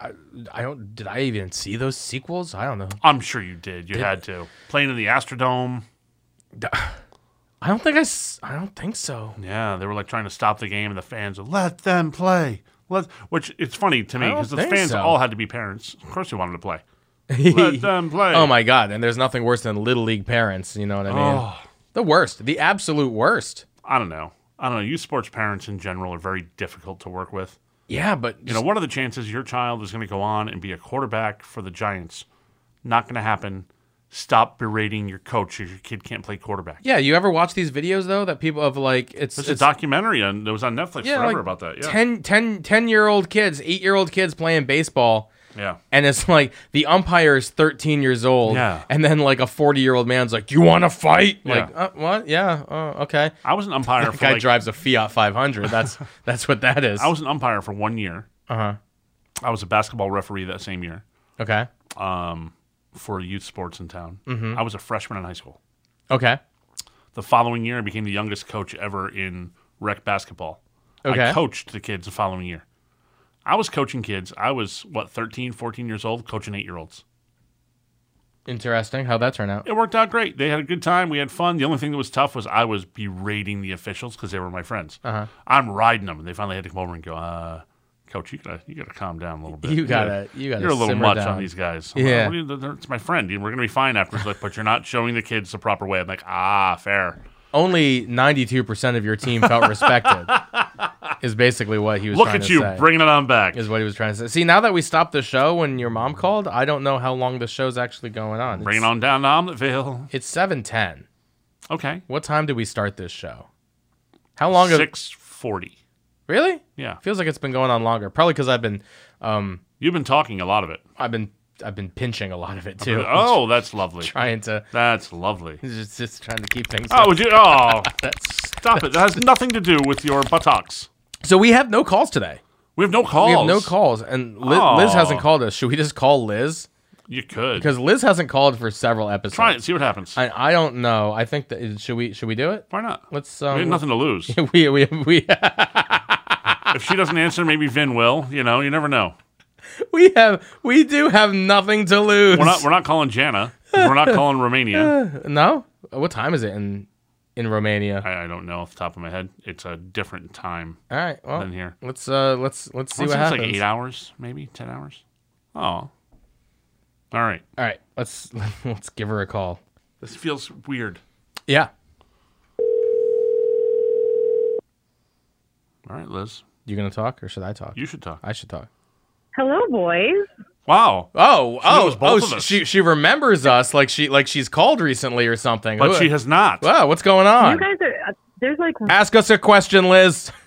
Speaker 2: I, I don't. Did I even see those sequels? I don't know.
Speaker 3: I'm sure you did. You had to. Playing in the Astrodome.
Speaker 2: I don't think I. s- I don't think so.
Speaker 3: Yeah, they were like trying to stop the game, and the fans were, let them play. Let, which it's funny to me
Speaker 2: I don't
Speaker 3: because the
Speaker 2: think
Speaker 3: fans
Speaker 2: so.
Speaker 3: all had to be parents. Of course, they wanted to play. Let them play.
Speaker 2: Oh my god! And there's nothing worse than little league parents. You know what I mean?
Speaker 3: Oh,
Speaker 2: The worst. The absolute worst.
Speaker 3: I don't know. I don't know. You sports parents in general are very difficult to work with.
Speaker 2: Yeah, but
Speaker 3: You know, what are the chances your child is going to go on and be a quarterback for the Giants? Not going to happen. Stop berating your coach if your kid can't play quarterback.
Speaker 2: yeah, you ever watch these videos though that people of like it's
Speaker 3: There's
Speaker 2: it's
Speaker 3: a documentary on that was on Netflix
Speaker 2: yeah,
Speaker 3: forever
Speaker 2: like,
Speaker 3: about that. Yeah.
Speaker 2: 10 10 10 year old kids, 8 year old kids playing baseball.
Speaker 3: yeah.
Speaker 2: And it's like the umpire is 13 years old,
Speaker 3: Yeah.
Speaker 2: and then like a 40 year old man's like, "You want to fight?"
Speaker 3: Yeah.
Speaker 2: Like, uh, what? Yeah, uh, okay.
Speaker 3: I was an umpire for
Speaker 2: Guy
Speaker 3: like,
Speaker 2: drives a Fiat 500. That's that's what that is.
Speaker 3: I was an umpire for one year.
Speaker 2: Uh-huh.
Speaker 3: I was a basketball referee that same year
Speaker 2: okay,
Speaker 3: for youth sports in town.
Speaker 2: Mm-hmm.
Speaker 3: I was a freshman in high school.
Speaker 2: okay,
Speaker 3: The following year, I became the youngest coach ever in rec basketball.
Speaker 2: Okay.
Speaker 3: I coached the kids the following year. I was coaching kids. I was, what, 13, 14 years old, coaching eight year olds.
Speaker 2: interesting. How that turn out?
Speaker 3: It worked out great. They had a good time. We had fun. The only thing that was tough was I was berating the officials because they were my friends. Uh-huh. I'm riding them. And they finally had to come over and go, uh, Coach, you gotta, you gotta calm down a little bit.
Speaker 2: You gotta- you gotta
Speaker 3: You're a little
Speaker 2: simmer
Speaker 3: much
Speaker 2: down."
Speaker 3: on these guys. I'm
Speaker 2: Yeah.
Speaker 3: like, "What do you- they're- it's my friend. We're gonna be fine after. He's like, but you're not showing the kids the proper way. I'm like, ah, fair.
Speaker 2: Only 92 percent of your team felt respected. is basically what he was
Speaker 3: Look
Speaker 2: trying
Speaker 3: at
Speaker 2: to
Speaker 3: you
Speaker 2: say.
Speaker 3: bringing it on back.
Speaker 2: is what he was trying to say. See, now that we stopped the show when your mom called, I don't know how long the show's actually going on.
Speaker 3: Bring it
Speaker 2: It's-
Speaker 3: on down to Omnitville.
Speaker 2: It's seven ten.
Speaker 3: Okay.
Speaker 2: What time did we start this show? How long? have-
Speaker 3: Six forty.
Speaker 2: really?
Speaker 3: Yeah.
Speaker 2: Feels like it's been going on longer. Probably because I've been, um,
Speaker 3: You've been talking a lot of it.
Speaker 2: I've been, I've been pinching a lot of it too.
Speaker 3: Oh, that's lovely.
Speaker 2: trying to,
Speaker 3: That's lovely.
Speaker 2: just, just trying to keep things.
Speaker 3: Oh, would you? Oh,
Speaker 2: That's-
Speaker 3: stop it. That has nothing to do with your buttocks.
Speaker 2: so we have no calls today.
Speaker 3: We have no calls.
Speaker 2: We have no calls, and Liz, Liz
Speaker 3: Aw.
Speaker 2: hasn't called us. Should we just call Liz?
Speaker 3: You could
Speaker 2: Because Liz hasn't called for several episodes.
Speaker 3: try it. See what happens.
Speaker 2: I, I don't know. I think that should we should we do it?
Speaker 3: Why not?
Speaker 2: Let's
Speaker 3: we have
Speaker 2: um,
Speaker 3: nothing to lose.
Speaker 2: we we we
Speaker 3: if she doesn't answer, maybe Vin will. You know, you never know.
Speaker 2: we have we do have nothing to lose.
Speaker 3: We're not. We're not calling Jana. We're not calling Romania.
Speaker 2: no, what time is it in in Romania?
Speaker 3: I, I don't know off the top of my head. It's a different time.
Speaker 2: All right, well,
Speaker 3: Been here.
Speaker 2: let's uh let's let's see
Speaker 3: It's
Speaker 2: what happens.
Speaker 3: like eight hours, maybe ten hours. Oh, all right.
Speaker 2: All right, let's let's give her a call.
Speaker 3: This feels weird.
Speaker 2: Yeah,
Speaker 3: All right, Liz,
Speaker 2: you gonna talk or should I talk?
Speaker 3: you should talk.
Speaker 2: I should talk.
Speaker 4: Hello, boys.
Speaker 3: Wow,
Speaker 2: Oh, oh,
Speaker 3: knows both
Speaker 2: oh!
Speaker 3: of
Speaker 2: sh-
Speaker 3: us.
Speaker 2: She she remembers us like she like she's called recently or something.
Speaker 3: but
Speaker 2: Who-
Speaker 3: she has not.
Speaker 2: Wow, what's going on?
Speaker 4: You guys are uh, there's like
Speaker 2: Ask us a question, Liz.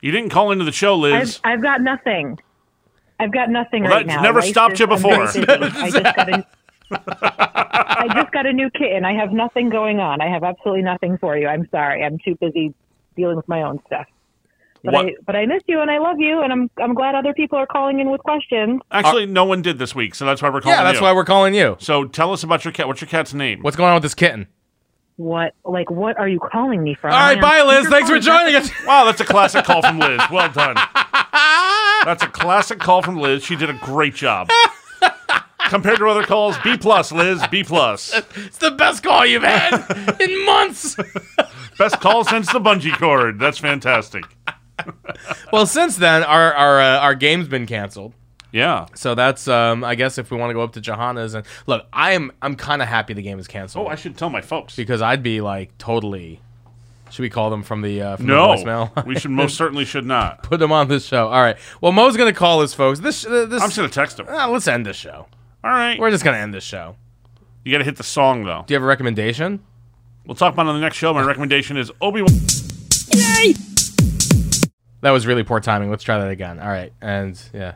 Speaker 3: You didn't call into the show,
Speaker 4: I've,
Speaker 3: Liz.
Speaker 4: I've got nothing. I've got nothing
Speaker 3: Well,
Speaker 4: right
Speaker 3: that's
Speaker 4: now.
Speaker 3: never
Speaker 4: Life
Speaker 3: stopped
Speaker 4: is-
Speaker 3: you
Speaker 4: I'm
Speaker 3: before.
Speaker 4: very busy. I just got a I just got a new kitten. I have nothing going on. I have absolutely nothing for you. I'm sorry. I'm too busy dealing with my own stuff. But
Speaker 3: What-
Speaker 4: I but I miss you and I love you and I'm I'm glad other people are calling in with questions.
Speaker 3: Actually, no one did this week, so that's why we're calling.
Speaker 2: Yeah, that's
Speaker 3: you.
Speaker 2: why we're calling you.
Speaker 3: So tell us about your cat. What's your cat's name?
Speaker 2: What's going on with this kitten?
Speaker 4: What like what are you calling me from?
Speaker 2: All right,
Speaker 4: Am I
Speaker 2: bye,
Speaker 4: on
Speaker 2: Liz. Thanks for
Speaker 4: speakerphone?
Speaker 2: joining us.
Speaker 3: Wow, that's a classic call from Liz. Well done. That's a classic call from Liz. She did a great job. Compared to other calls, B plus, Liz, B plus.
Speaker 2: It's the best call you've had in months.
Speaker 3: Best call since the bungee cord. That's fantastic.
Speaker 2: Well, since then, our our uh, our game's been canceled.
Speaker 3: Yeah.
Speaker 2: So that's um, I guess if we want to go up to Johanna's and look, I am I'm kind of happy the game is canceled
Speaker 3: Oh, I should tell my folks.
Speaker 2: because I'd be like totally. Should we call them from the uh, from
Speaker 3: No,
Speaker 2: the voicemail?
Speaker 3: we should most certainly should not.
Speaker 2: Put them on this show. All right. Well, Mo's gonna call us, folks. This uh, this.
Speaker 3: I'm just gonna text them. All
Speaker 2: Ah, let's end this show.
Speaker 3: right,
Speaker 2: We're just gonna end this show.
Speaker 3: you gotta hit the song though.
Speaker 2: Do you have a recommendation?
Speaker 3: We'll talk about it on the next show. My recommendation is Obi Wan.
Speaker 1: Yay!
Speaker 2: That was really poor timing. Let's try that again. All right. And yeah.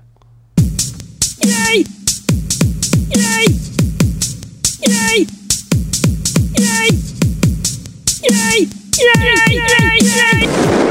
Speaker 1: Yay! Yay! Yay! Yay! Yay! Yay! Yay! Yay!